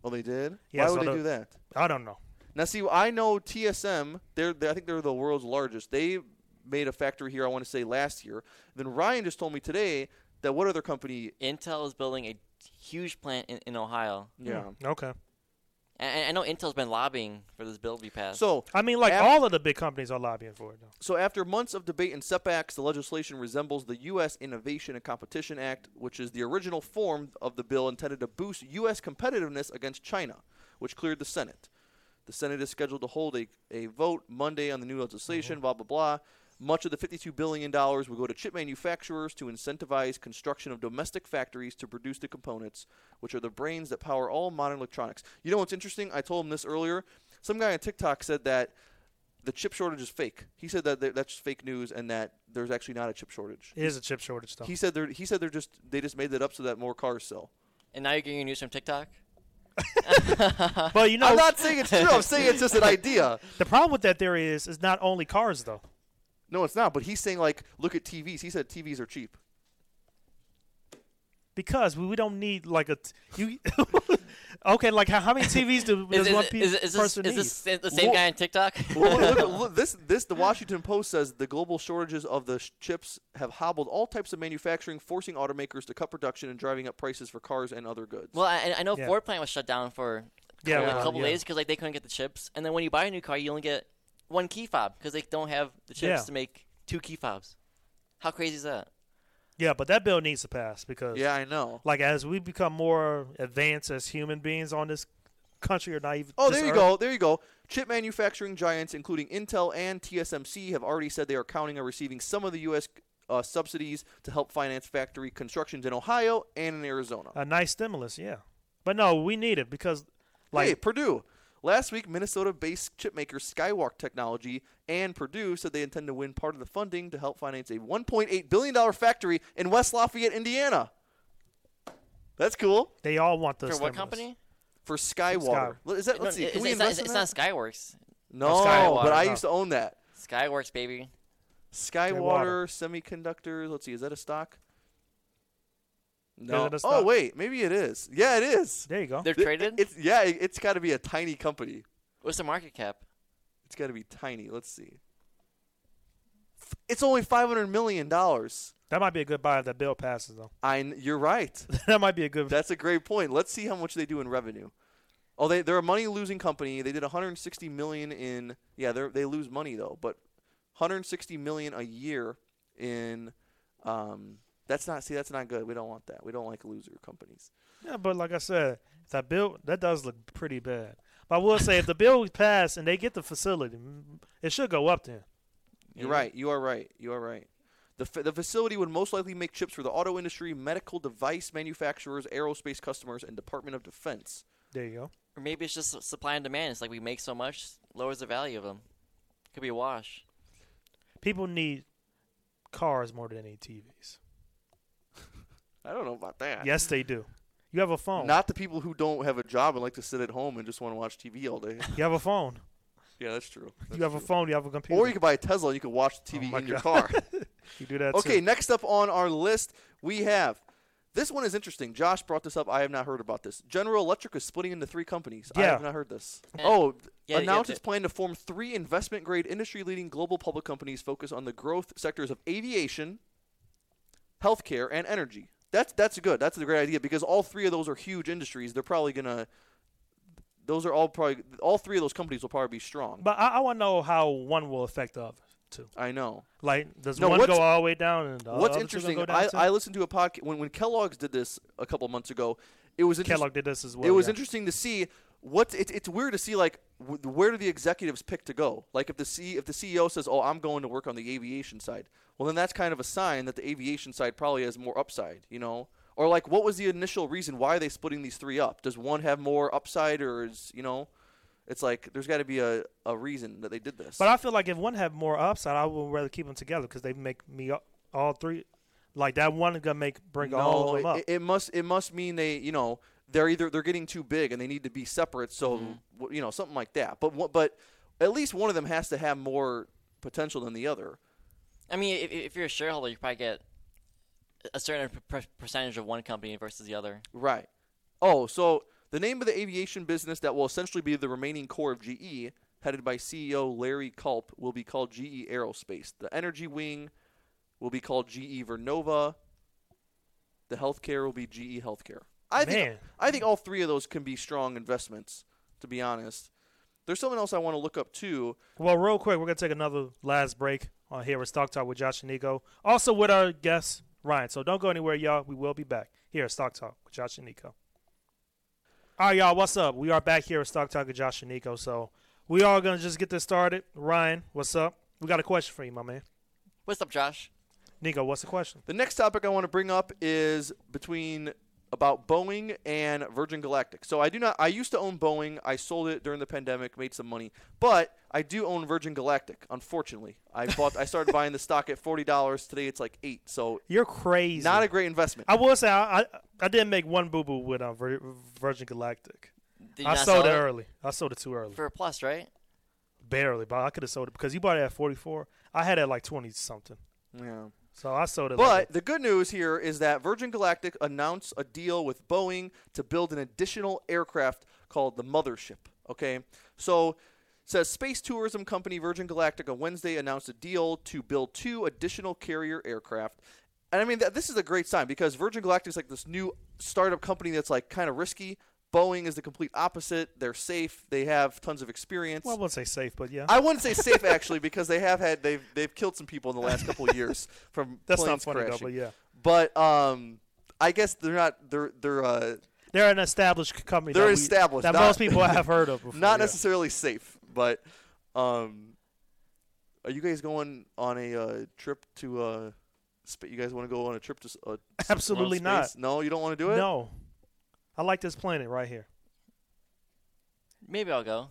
A: Well, they did?
B: Yeah,
A: Why
B: so
A: would they
B: the-
A: do that?
B: I don't know.
A: Now, see, I know TSM. They're, they I think they're the world's largest. They made a factory here. I want to say last year. Then Ryan just told me today that what other company?
C: Intel is building a huge plant in, in Ohio.
A: Yeah.
B: Hmm, Okay.
C: And I know Intel's been lobbying for this bill to be passed.
A: So
B: I mean, like
A: Af-
B: all of the big companies are lobbying for it. Though.
A: So, after months of debate and setbacks, the legislation resembles the U.S. Innovation and Competition Act, which is the original form of the bill intended to boost U.S. competitiveness against China, which cleared the Senate. The Senate is scheduled to hold a, a vote Monday on the new legislation, blah, blah, blah. Much of the $52 billion will go to chip manufacturers to incentivize construction of domestic factories to produce the components, which are the brains that power all modern electronics. You know what's interesting? I told him this earlier. Some guy on TikTok said that the chip shortage is fake. He said that th- that's fake news and that there's actually not a chip shortage.
B: It is a chip shortage though.
A: He said they're he said they're just they just made that up so that more cars sell.
C: And now you're getting your news from TikTok.
B: But you know,
A: I'm not saying it's true. I'm saying it's just an idea.
B: the problem with that theory is, is not only cars though.
A: No, it's not. But he's saying like, look at TVs. He said TVs are cheap.
B: Because we, we don't need like a t- you. okay, like how, how many TVs do
C: Is,
B: does one
C: is,
B: pe-
C: is, is this,
B: person
C: is
B: need?
C: this sa- the same
A: Well-
C: guy on TikTok?
A: Well, look, look, look, this this the Washington Post says the global shortages of the sh- chips have hobbled all types of manufacturing, forcing automakers to cut production and driving up prices for cars and other goods.
C: well, I, I know
B: Yeah.
C: Ford plant was shut down for
B: Yeah,
C: like,
B: well,
C: a couple
B: yeah.
C: days because like they couldn't get the chips. And then when you buy a new car, you only get one key fob because they don't have the chips
B: Yeah.
C: to make two key fobs. How crazy is that?
B: yeah, but that bill needs to pass because
A: yeah, I know.
B: like as we become more advanced as human beings on this country or not even.
A: Oh,
B: this
A: there you
B: earth-
A: go. There you go. Chip manufacturing giants, including Intel and TSMC, have already said they are counting on receiving some of the U.S. Uh, subsidies to help finance factory constructions in Ohio and in Arizona.
B: A nice stimulus, yeah. But no, we need it because like
A: hey, Purdue. Last week, Minnesota-based chipmaker Skywalk Technology and Purdue said they intend to win part of the funding to help finance a 1.8 billion dollar factory in West Lafayette, Indiana. That's cool
B: they all want the
C: For what
B: stimulus.
C: company?
A: for Skywater. Is that?
C: No,
A: Let's see.
C: it's,
A: Can we
C: it's not,
A: invest in
C: it's
A: that?
C: not Skyworks.
A: No,
B: Skywater,
A: but I
B: no.
A: used to own that.
C: Skyworks, baby.
A: Skywater Semiconductors. Let's see. Is that a stock? No.
B: it a
A: Oh
B: stock?
A: wait, maybe it is. Yeah, it is.
B: There you go.
C: They're
A: It-
C: traded.
A: It's yeah. it- It's got to be a tiny company.
C: What's the market cap?
A: It's got to be tiny. Let's see. It's only five hundred million dollars.
B: That might be a good buy if that bill passes though.
A: I. kn- You're right.
B: that might be a good.
A: That's a great point. Let's see how much they do in revenue. Oh, they they're a money losing company. They did 160 million in yeah. They they lose money though, but 160 million a year in um. That's not see. That's not good. We don't want that. We don't like loser companies.
B: Yeah, but like I said, if that bill that does look pretty bad. But I will say, if the bill passed and they get the facility, mm, it should go up then.
A: You're right. You are right. You are right. The, fa- the facility would most likely make chips for the auto industry, medical device manufacturers, aerospace customers, and Department of Defense.
B: There you go.
C: Or maybe it's just supply and demand. It's like we make so much, lowers the value of them. Could be a wash.
B: People need cars more than they need TVs.
A: I don't know about that.
B: Yes, they do. You have a phone.
A: Not the people who don't have a job and like to sit at home and just want to watch TV all day.
B: you have a phone.
A: yeah, that's true. That's
B: you have a
A: true.
B: phone. You have a computer.
A: Or you could buy a Tesla and you could watch
B: Oh
A: TV
B: my
A: in your
B: God.
A: car.
B: You do that.
A: okay,
B: Too.
A: next up on our list, we have. This one is interesting. Josh brought this up. I have not heard about this. General Electric is splitting into three companies. I
B: Yeah.
A: have not heard this.
C: Eh.
A: Oh,
C: Yeah, yeah,
A: announced
C: the-
A: its plan to form three investment grade, industry leading global public companies focused on the growth sectors of aviation, healthcare, and energy. That's that's good. That's a great idea because all three of those are huge industries. They're probably gonna. Those are all probably all three of those companies will probably be strong.
B: But I, I want to know how one will affect the other too.
A: I know.
B: Like, does
A: No,
B: one
A: what's-
B: go all the way down and the
A: What's
B: other two Uh, gonna
A: interesting,
B: go down
A: I,
B: too?
A: I listened to a podcast when, when Kellogg's did this a couple months ago. It was interest-
B: Kellogg did this as well.
A: it was
B: yeah.
A: interesting to see what it, it's weird to see like wh- where do the executives pick to go? Like if the C, if the CEO says, "Oh, I'm going to work on the aviation side," well then that's kind of a sign that the aviation side probably has more upside, you know. Or like, what was the initial reason why are they splitting these three up? Does one have more upside, or is you know, it's like there's got to be a, a reason that they did this.
B: But I feel like if one had more upside, I would rather keep them together because they make me up- all three. Like that one is gonna make bring all of
A: it,
B: them up.
A: It, it must it must mean they you know they're either they're getting too big and they need to be separate. So
B: Mm-hmm.
A: w you know something like that. But one- but at least one of them has to have more potential than the other.
C: I mean, if, if you're a shareholder, you probably get a certain per- percentage of one company versus the other.
A: Right. Oh, so the name of the aviation business that will essentially be the remaining core of GE, headed by CEO Larry Culp, will be called GE Aerospace. The energy wing will be called GE Vernova. The healthcare will be GE Healthcare. I think
B: Man.
A: I think all three of those can be strong investments. To be honest, there's something else I want to look up too.
B: well, real quick, we're gonna take another last break on here with Stock Talk with Josh and Nico. Also with our guest Ryan. So don't go anywhere, y'all. We will be back here at Stock Talk with Josh and Nico. All right, y'all. What's up? We are back here with Stock Talk with Josh and Nico. So we are gonna just get this started. Ryan, what's up? We got a question for you, my man.
C: What's up, Josh?
B: Nico, what's the question?
A: The next topic I want to bring up is between about Boeing and Virgin Galactic. So I do not I used to own Boeing. I sold it during the pandemic, made some money. But I do own Virgin Galactic, unfortunately. I bought I started buying the stock at $40. Today it's like 8. So
B: You're crazy.
A: not a great investment.
B: I will say I I, I did make one boo boo with uh, Vir- Virgin Galactic.
C: Did you
B: I
C: not
B: sold
C: sell
B: it early. I sold it too early,
C: for a plus, right?
B: barely. But I could have sold it because you bought it at forty four. I had it at like twenty something.
A: yeah.
B: So I sold it. like
A: But the good news here is that Virgin Galactic announced a deal with Boeing to build an additional aircraft called the Mothership. Okay, so it says space tourism company Virgin Galactic on Wednesday announced a deal to build two additional carrier aircraft. And I mean, th- this is a great sign because Virgin Galactic is like this new startup company that's like kind of risky. Boeing is the complete opposite. They're safe. They have tons of experience.
B: well, I wouldn't say safe, but yeah.
A: I wouldn't say safe actually because they have had they've they've killed some people in the last couple of years from
B: That's not
A: planes
B: funny
A: crashing.
B: though, but yeah.
A: But um, I guess they're not they're they're uh,
B: They're an established company.
A: They're
B: that we-
A: established,
B: that
A: not-
B: most people have heard of. Before,
A: not
B: yeah.
A: necessarily safe. But um, are you guys going on a uh, trip to uh, sp- you guys want to go on a trip to s- uh, s-
B: Absolutely
A: around
B: not.
A: space? No, you don't want to do it.
B: No, I like this planet right here.
C: Maybe I'll go.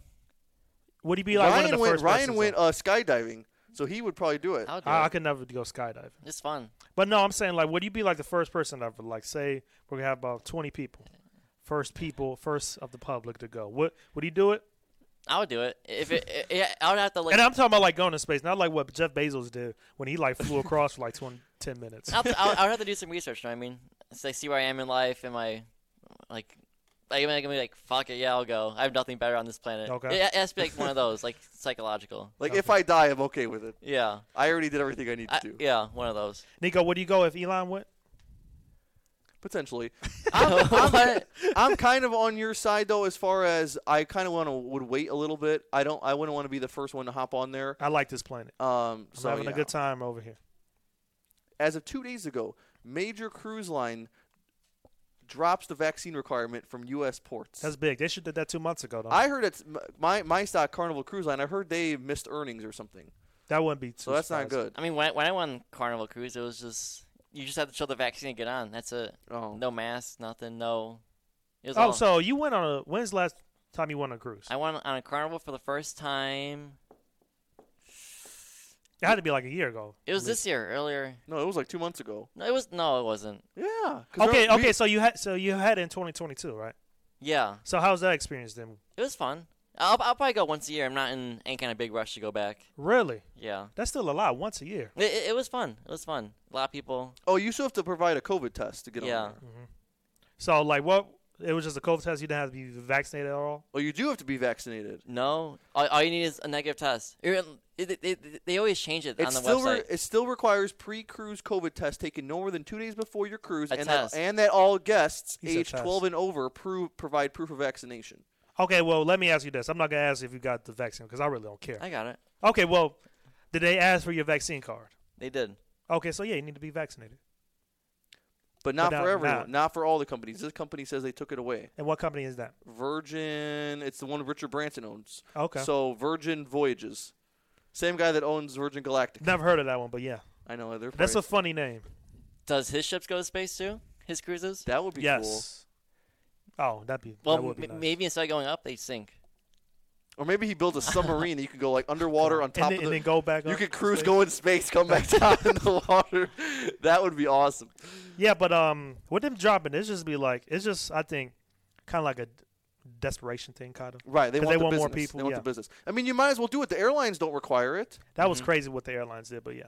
B: Would he be like one
A: Ryan
B: of the
A: went
B: first?
A: Ryan
B: persons
A: went
B: on-
A: uh, skydiving, so he would probably do it.
C: I'll do
B: I, I
C: it.
B: could never go skydiving.
C: It's fun.
B: But no, I'm saying like, would you be like the first person ever? Like, say we're gonna have about 20 people, first people, first of the public to go. Would would he do it?
C: I would do it. If it, it, it- I would have to like,
B: and I'm talking about like going to space, not like what Jeff Bezos did when he like flew across for like 20, 10 minutes.
C: I'll, I'll, I would have to do some research. You know what I mean, it's like see where I am in life. Am I like, like am I gonna be like, fuck it, yeah, I'll go. I have nothing better on this planet.
B: Okay.
C: It, it has to be like one of those, like psychological.
A: Like if I die, I'm okay with it.
C: Yeah,
A: I already did everything I need to
C: I,
A: do.
C: yeah, one of those.
B: Nico, would you go if Elon went?
A: Potentially, I'm, I'm,
C: What?
A: I'm kind of on your side though, as far as I kind of want to would wait a little bit. I don't. I wouldn't want to be the first one to hop on there.
B: I like this planet.
A: Um,
B: I'm
A: so
B: having a
A: yeah.
B: good time over here.
A: as of two days ago, major cruise line drops the vaccine requirement from U.S. ports.
B: That's big. They should did that two months ago. Though.
A: I heard it's m- my my stock Carnival Cruise Line. I heard they missed earnings or something,
B: that wouldn't be too.
A: so that's not
B: surprising.
A: good.
C: I mean, when when I went on Carnival Cruise, it was just you just have to show the vaccine and get on. That's it.
A: Oh,
C: No mask, nothing. No. It was
B: Oh,
C: all-
B: so you went on a when's the last time you went on a cruise?
C: I went on a Carnival for the first time.
B: It had to be like a year ago.
C: It was this year earlier.
A: no, it was like two months ago.
C: No, it was no, it wasn't.
A: Yeah. 'cause
B: Okay,
A: there- we-
B: okay. So you had so you had it in 2022, right?
C: Yeah,
B: So how's that experience then?
C: it was fun. I'll, I'll probably go once a year. I'm not in any kind of big rush to go back.
B: Really?
C: Yeah,
B: That's still a lot. Once a year.
C: it, it, it was fun. It was fun. A lot of people.
A: oh, you still have to provide a COVID test to get
C: Yeah.
A: on. There.
B: So like, what? It was just a COVID test. You didn't have to be vaccinated at all.
A: Oh, you do have to be vaccinated.
C: No, all, all you need is a negative test. It, it, it- they always change it
A: It
C: on the
A: still
C: website.
A: re- it still requires pre-cruise COVID test taken no more than two days before your cruise,
C: A
A: and
C: test.
A: that and that all guests
B: He said
A: age
B: test.
A: 12 and over prove provide proof of vaccination.
B: Okay. Well, let me ask you this. I'm not gonna ask if you got the vaccine because I really don't care.
C: I got it.
B: Okay. Well, did they ask for your vaccine card?
C: They did.
B: Okay. So yeah, you need to be vaccinated.
A: But not
B: But
A: for
B: not-
A: everyone,
B: not-
A: not. for all the companies. This company says they took it away.
B: And what company is that?
A: Virgin, it's the one Richard Branson owns.
B: Okay.
A: So Virgin Voyages, same guy that owns Virgin Galactic.
B: Never heard of that one, but yeah,
A: I know they're
B: that's a
A: probably-
B: funny name.
C: Does his ships go to space too? His cruises?
A: that would be cool.
B: Yes. Oh, that'd be that
C: well,
B: would be
C: m-
B: nice.
C: maybe instead of going up, they sink.
A: Or maybe he builds a submarine that you can go like underwater on
B: And
A: top
B: then-
A: of
B: and
A: the.
B: then go back
A: you
B: up
A: could
B: to
A: cruise,
B: space.
A: go in space, come back down in the water. That would be awesome.
B: Yeah, but um, with them dropping, it's just be like it's just I think kind of like a desperation thing, kind of.
A: Right, they
B: 'Cause
A: want
B: they
A: the
B: want more
A: business.
B: people,
A: They want
B: yeah.
A: the business. I mean, you might as well do it. The airlines don't require it.
B: That was crazy what the airlines did, but yeah.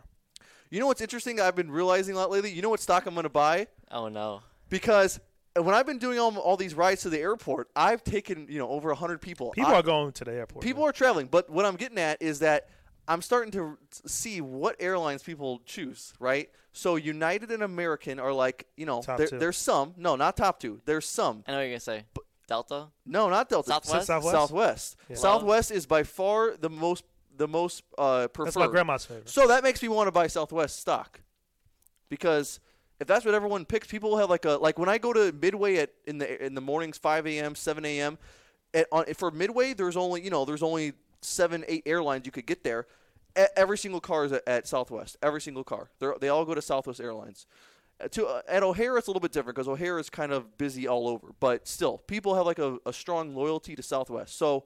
A: You know what's interesting? I've been realizing a lot lately. You know what stock I'm going to buy
C: Oh no.
A: because when I've been doing all, all these rides to the airport, I've taken you know over hundred people.
B: People
A: I-
B: are going to the airport.
A: people
B: man.
A: are traveling, but what I'm getting at is that I'm starting to see what airlines people choose. Right, so United and American are like you know
B: Top
A: there,
B: two.
A: there's some no not top two there's some
C: I know what you're gonna say. Delta.
B: Mm-hmm.
A: no not Delta
C: Southwest?
B: Southwest?
A: Southwest
B: Yeah.
A: Southwest is by far the most the most uh, preferred.
B: That's my grandma's favorite.
A: So that makes me want to buy Southwest stock because if that's what everyone picks, people have like a like when I go to Midway at in the in the mornings, 5 a.m., 7 a.m. At, on, for Midway, there's only you know there's only seven, eight airlines you could get there. E- every single car is at, at Southwest. Every single car. They're, they all go to Southwest Airlines. Uh, To uh, at O'Hare, it's a little bit different because O'Hare is kind of busy all over. But still, people have like a, a strong loyalty to Southwest. So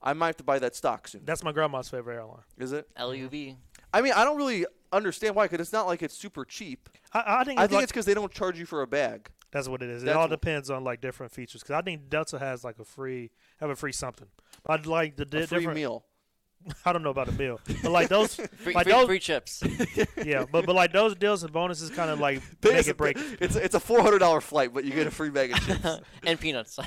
A: I might have to buy that stock soon.
B: That's my grandma's favorite airline.
A: Is it?
C: LUV.
A: I mean, I don't really understand why because it's not like it's super cheap.
B: I, I think,
A: I
B: it's
A: think
B: like-
A: it's because they don't charge you for a bag.
B: that's what it is. It
A: that's
B: all
A: what-
B: depends on like different features. Because I think Delta has like a free have a free something. But like the di-
A: A free
B: different.
A: meal.
B: I don't know about a meal, but like those,
C: Free,
B: like
C: free,
B: those,
C: free chips.
B: yeah. But but like those deals and bonuses kind of like
A: They
B: make
A: just-
B: it break. it.
A: It's it's a four hundred dollar flight, but you get a free bag of chips.
C: and peanuts.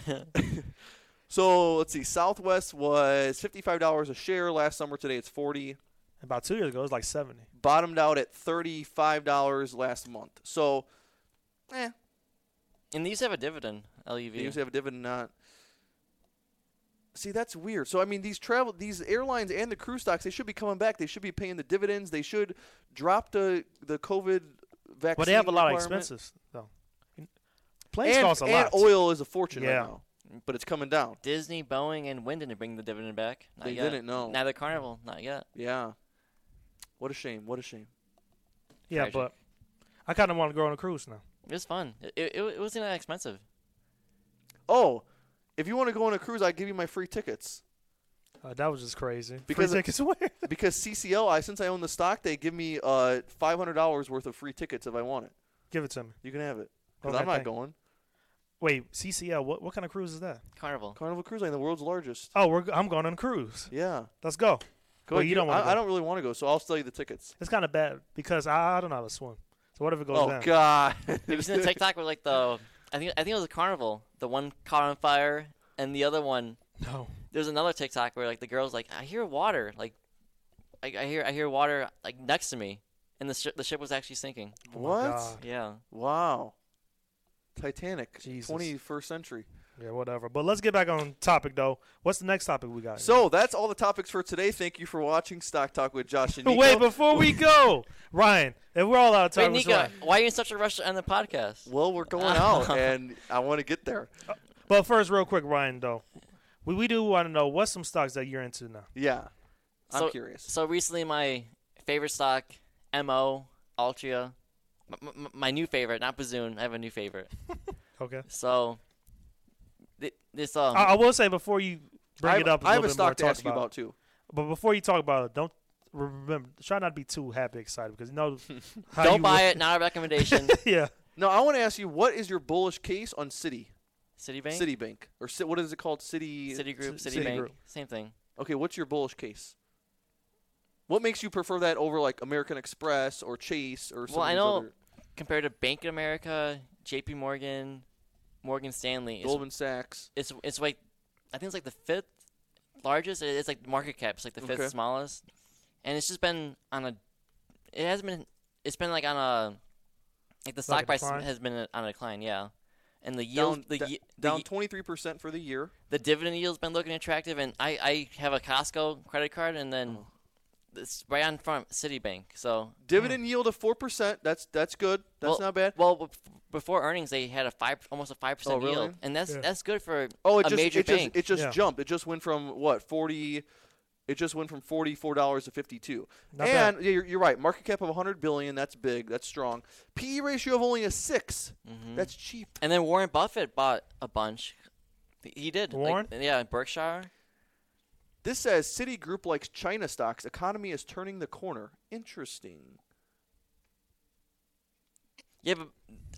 A: So let's see. Southwest was fifty five dollars a share last summer. Today it's forty.
B: About two years ago, it was like seventy.
A: Bottomed out at thirty five dollars last month. So, eh,
C: and they used to have a dividend, E LUV.
A: they usually have a dividend not. See that's weird. So I mean, these travel, these airlines and the cruise stocks, they should be coming back. They should be paying the dividends. They should drop the the COVID vaccine.
B: But they have a lot of
A: requirement.
B: expenses though. Planes
A: and,
B: cost a
A: and
B: lot.
A: oil is a fortune
B: Yeah.
A: right now, but it's coming down.
C: Disney, Boeing, and Wyndham to bring the dividend back. Not
A: They
C: yet.
A: didn't, no.
C: Neither Carnival, not yet.
A: Yeah. What a shame. What a shame.
B: Yeah,
C: Tragic.
B: but I kind of want to go on a cruise now.
C: It was fun. It, it, it wasn't that expensive.
A: Oh, if you want to go on a cruise, I give you my free tickets
B: Uh, that was just crazy.
A: Because-
B: Free tickets away.
A: because CCL. I since I own the stock, they give me uh five hundred dollars worth of free tickets if I want it.
B: Give it to me.
A: You can have it because
B: Okay,
A: I'm not
B: thank-
A: going.
B: Wait, CCL. What what kind of cruise is that?
C: Carnival.
A: Carnival Cruise Line, the world's largest.
B: Oh, we're, go- I'm going on a cruise.
A: Yeah.
B: Let's go.
A: Go
B: Well,
A: ahead,
B: you don't wanna
A: I, I
B: go.
A: don't really want to go, so I'll sell you the tickets.
B: It's kind of bad because I, I don't know how to swim. So what if it goes
A: Oh
B: down?
A: God.
C: Have you seen the TikTok with like the I think I think it was a carnival. The one caught on fire and the other one
B: No.
C: there's another TikTok where like the girl's like, I hear water, like I, I hear I hear water like next to me, and the ship the ship was actually sinking.
B: Oh my
A: what?
B: God.
C: Yeah,
A: Wow. Titanic.
B: Jesus.
A: 21st century.
B: Yeah, whatever. But let's get back on topic though. What's the next topic we got?
A: So that's all the topics for today. Thank you for watching Stock Talk with Josh and Nico.
B: wait before we go, Ryan. If we're all out of
C: wait,
B: time, what's
C: Nico,
B: Ryan?
C: why are you in such a rush to end the podcast?
A: Well, we're going out, and I want to get there.
B: But first, real quick, Ryan though, we we do want to know what's some stocks that you're into now.
A: Yeah, I'm
C: So-
A: curious.
C: So recently, my favorite stock, Mo Altria, m- m- my new favorite, not Bazoon. I have a new favorite.
B: Okay.
C: So th- this um,
B: I, I will say before you bring
A: I,
B: it up, a
A: I have
B: little
A: a
B: bit
A: stock
B: more,
A: to
B: talk
A: ask you about too.
B: But before you talk about it, don't remember. Try not to be too happy excited because you know. how
C: don't
B: you
C: buy
B: would-
C: it. Not a recommendation.
B: yeah.
A: No, I want to ask you what is your bullish case on City,
C: Citibank,
A: Citibank, or Ci- what is it called? City.
C: Citigroup,
A: Ci-
C: Citibank,
A: Citigroup.
C: same thing.
A: Okay, what's your bullish case? What makes you prefer that over like American Express or Chase or? Some
C: Well,
A: of
C: I
A: these
C: know
A: other-
C: compared to Bank of America, J.P. Morgan, Morgan Stanley. It's,
A: Goldman Sachs.
C: it's it's like I think it's like the fifth largest. It- It's like market cap. It's like the fifth
A: Okay.
C: smallest, and it's just been on a. It has been. It's been like on a. Like the stock
B: a
C: price
B: decline?
C: has been on a decline, yeah, and the yield,
A: down
C: the,
A: da-
C: yi- the Mm-hmm.
A: down
C: yi-
A: twenty three percent for the year.
C: the dividend yield's been looking attractive, and I, I have a Costco credit card, and then
A: Oh.
C: it's right on front Citibank. So
A: Dividend yield of four percent. That's that's good. That's
C: Well-
A: not bad.
C: well, bef- before earnings, they had a five, almost a five
A: Oh,
C: percent
A: really?
C: yield, and that's
B: Yeah.
C: that's good for
A: Oh, it
C: a
A: just
C: major
A: it
C: bank.
A: just it just
B: Yeah.
A: jumped. It just went from what forty. It just went from forty four dollars to fifty two.
B: Not
A: and yeah, you're, you're right. Market cap of one hundred billion. That's big. That's strong. PE ratio of only a 6
C: Mm-hmm.
A: That's cheap.
C: and then Warren Buffett bought a bunch. He did. like-
B: Warren?
C: yeah, Berkshire.
A: This says Citigroup likes China stocks. Economy is turning the corner. Interesting.
C: Yeah, but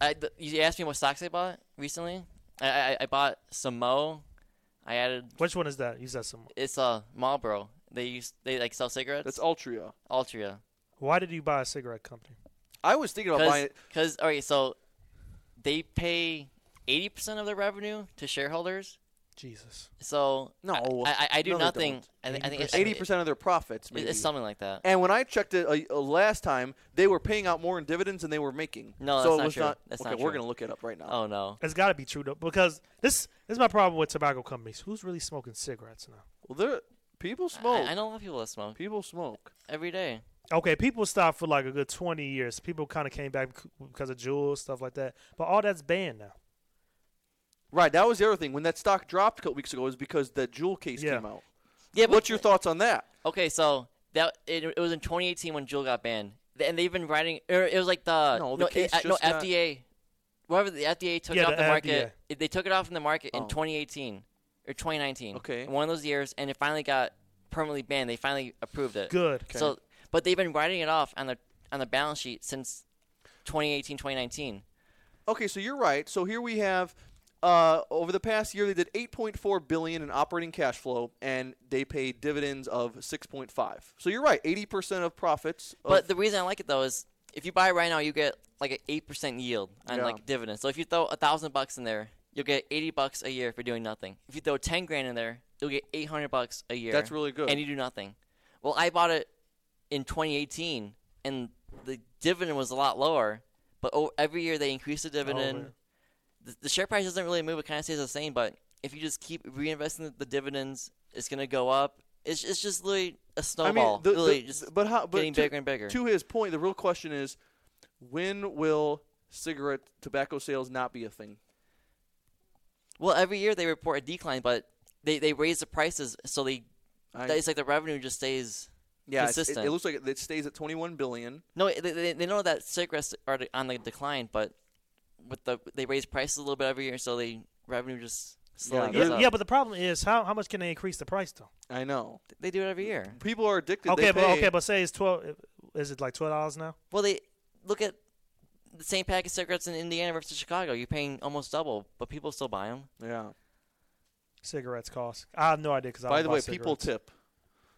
C: I, th- you asked me what stocks I bought recently. I I, I bought some Mo. I added
B: Which one is that? You said some.
C: it's uh, Marlboro. They use they like sell cigarettes.
A: That's Altria.
C: Altria.
B: Why did you buy a cigarette company?
A: I was thinking about buying
C: Because
A: it.
C: because all right, so they pay eighty percent of their revenue to shareholders.
B: Jesus.
C: So
A: No,
C: I, I, I do
A: no, they
C: nothing.
A: don't.
C: I, think- I think it's-
A: Eighty percent of their profits.
C: It-
A: Maybe.
C: It's something like that.
A: and when I checked it uh, uh, last time, they were paying out more in dividends than they were making. so
C: No, that's
A: it
C: not
A: was
C: true.
A: not.
C: That's
A: okay,
C: not
A: we're
C: true.
A: gonna look it up right now.
C: Oh no.
B: It's got to be true though, because this, this is my problem with tobacco companies. Who's really smoking cigarettes now?
A: Well, there people
C: I-
A: smoke.
C: I, know a lot of people that smoke
A: People smoke.
C: every day.
B: okay, people stopped for like a good 20 years. People kind of came back bec- because of Jules, stuff like that. But all that's banned now.
A: Right, that was the other thing. When that stock dropped a couple weeks ago, is because the Jewel case
B: Yeah.
A: came out.
C: Yeah, but
A: What's your thoughts on that?
C: okay, so that it, it was in 2018 when Juul got banned, Th- and they've been writing. Or it was like the
A: No, the
C: it-
A: case
C: uh, no
A: just got-
C: FDA, whatever the FDA took
B: Yeah,
C: it off
B: the
C: the,
B: FDA.
C: market. it- They took it off from the market in
A: Oh.
C: 2018 or 2019.
A: Okay.
C: one of those years, and it finally got permanently banned. They finally approved it.
B: Good.
C: So, but they've been writing it off on the on the balance sheet since 2018, 2019.
A: Okay, so you're right. So here we have uh, over the past year they did 8.4 billion in operating cash flow and they paid dividends of 6.5. So you're right, 80% of profits. of-
C: But the reason I like it though is if you buy right now, you get like an eight percent yield on
A: Yeah.
C: like dividends. So if you throw a thousand bucks in there, you'll get eighty bucks a year for doing nothing. If you throw ten grand in there, you'll get eight hundred bucks a year.
A: That's really good.
C: And you do nothing. Well, I bought it in 2018, and the dividend was a lot lower. But o every year they increase the
A: Oh,
C: dividend.
B: man.
C: the, the share price doesn't really move; it kind of stays the same. But if you just keep reinvesting the, the dividends, it's gonna go up. It's it's just really a
A: I
C: snowball.
A: mean, the, the-
C: really, just
A: but how, but
C: getting
A: to,
C: bigger and bigger.
A: to his point, the real question is when will cigarette tobacco sales not be a thing?
C: Well, every year they report a decline, but they, they raise the prices, so they
A: I-
C: it's like the revenue just stays.
A: yeah, it's- it,
C: consistent.
A: it looks like it, it stays at 21 billion.
C: No, they, they, they know that cigarettes are on the decline, but with the they raise prices a little bit every year, so they revenue just slowly
A: Yeah,
C: goes
B: yeah,
C: up.
B: yeah, but the problem is how, how much can they increase the price though?
A: I know.
C: they do it every year.
A: People are addicted.
B: Okay,
A: They
B: but
A: pay-
B: okay, but say it's 12 is it like $12 now?
C: Well, they look at the same pack of cigarettes in Indiana versus Chicago. You're paying almost double, but people still buy them.
A: Yeah.
B: Cigarettes cost. I have no idea cuz I
A: By
B: don't
A: the
B: buy
A: way, people
B: cigarettes.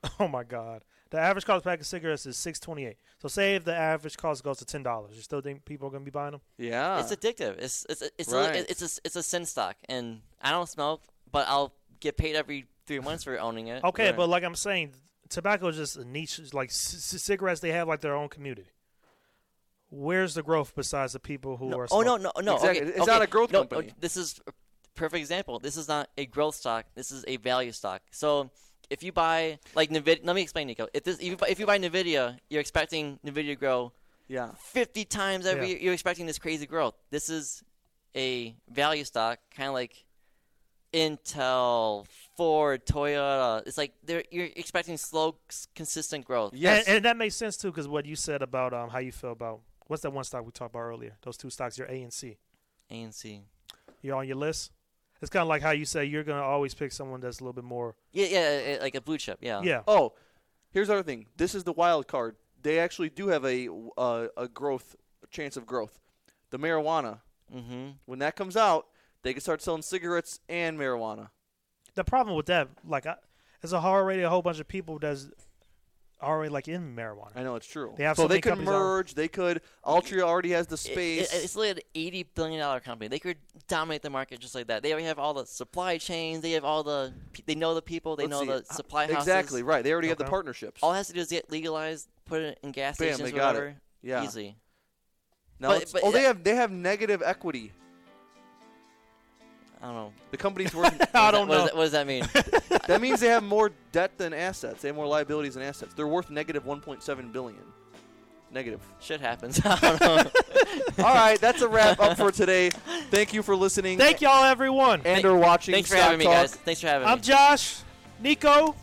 A: tip.
B: Oh my god. The average cost of a pack of cigarettes is 6.28. So say if the average cost goes to $10, you still think people are going to be buying them?
A: Yeah.
C: It's addictive. It's it's it's
A: Right.
C: a, it's a it's a sin stock, and I don't smoke, but I'll get paid every three months for owning it.
B: Okay,
A: Right.
B: but like I'm saying, tobacco is just a niche. It's Like c- c- cigarettes, they have like their own community. Where's the growth besides the people who
C: No-
B: are?
C: oh
B: Smoking?
C: no no no
A: Exactly.
C: okay,
A: It's not
C: okay,
A: a growth
C: no,
A: company.
C: uh, this is a perfect example this is not a growth stock this is a value stock so if you buy like Nvidia let me explain Nico if this if you buy, if you buy Nvidia you're expecting Nvidia to grow
A: yeah.
C: 50 times every
B: Yeah.
C: year you're expecting this crazy growth this is a value stock kind of like Intel Ford Toyota it's like they're you're expecting slow s- consistent growth
A: Yes.
B: and, and that makes sense too because what you said about um how you feel about what's that one stock we talked about earlier? Those two stocks, your A and C.
C: ANC
B: You're on your list. It's kind of like how you say you're going to always pick someone that's a little bit more.
C: yeah yeah uh, like a blue chip yeah
B: yeah.
A: Oh, here's the other thing. This is the wild card. They actually do have a uh, a growth chance of growth. The marijuana,
C: mhm
A: when that comes out, they can start selling cigarettes and marijuana.
B: The problem with that, like, I, it's a already a whole bunch of people that's already like in marijuana.
A: I know it's true.
B: They have
A: so
B: so
A: they
B: many
A: could
B: companies out-
A: merge. They could. Altria already has the
C: it-
A: space.
C: it- it's literally an eighty billion dollar company. They could dominate the market just like that. They already have all the supply chains. They have all the. pe- They know the people. They
A: Let's
C: know
A: see. Uh,
C: the supply houses.
A: Exactly right. They already have the
B: Okay.
A: partnerships.
C: All it has to do is get legalized, put it in gas
A: Bam,
C: stations,
A: they got it.
C: whatever.
A: Yeah.
C: Easy.
A: Now
C: but-
A: it's-
C: but
A: oh, they
C: that-
A: have they have negative equity.
C: I don't know.
A: The company's worth.
B: I
C: What
B: don't
C: does
B: know.
C: that- what does that mean?
A: that means they have more debt than assets. They have more liabilities than assets. They're worth negative 1.7 billion. Negative.
C: Shit happens. I don't know.
A: All right, that's a wrap up for today. Thank you for listening
B: Thank y'all, everyone.
A: and or watching.
C: Thanks for
A: Stock
C: having me,
A: Talk.
C: guys. Thanks for having
B: I'm
C: me.
B: Josh, Nico,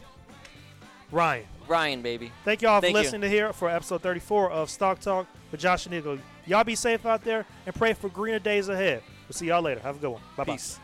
B: Ryan.
C: Ryan, baby.
B: Thank y'all for
C: Thank you.
B: listening to here for episode 34 of Stock Talk with Josh and Nico. Y'all be safe out there and pray for greener days ahead. We'll see y'all later. Have a good one. Bye bye.
A: Peace.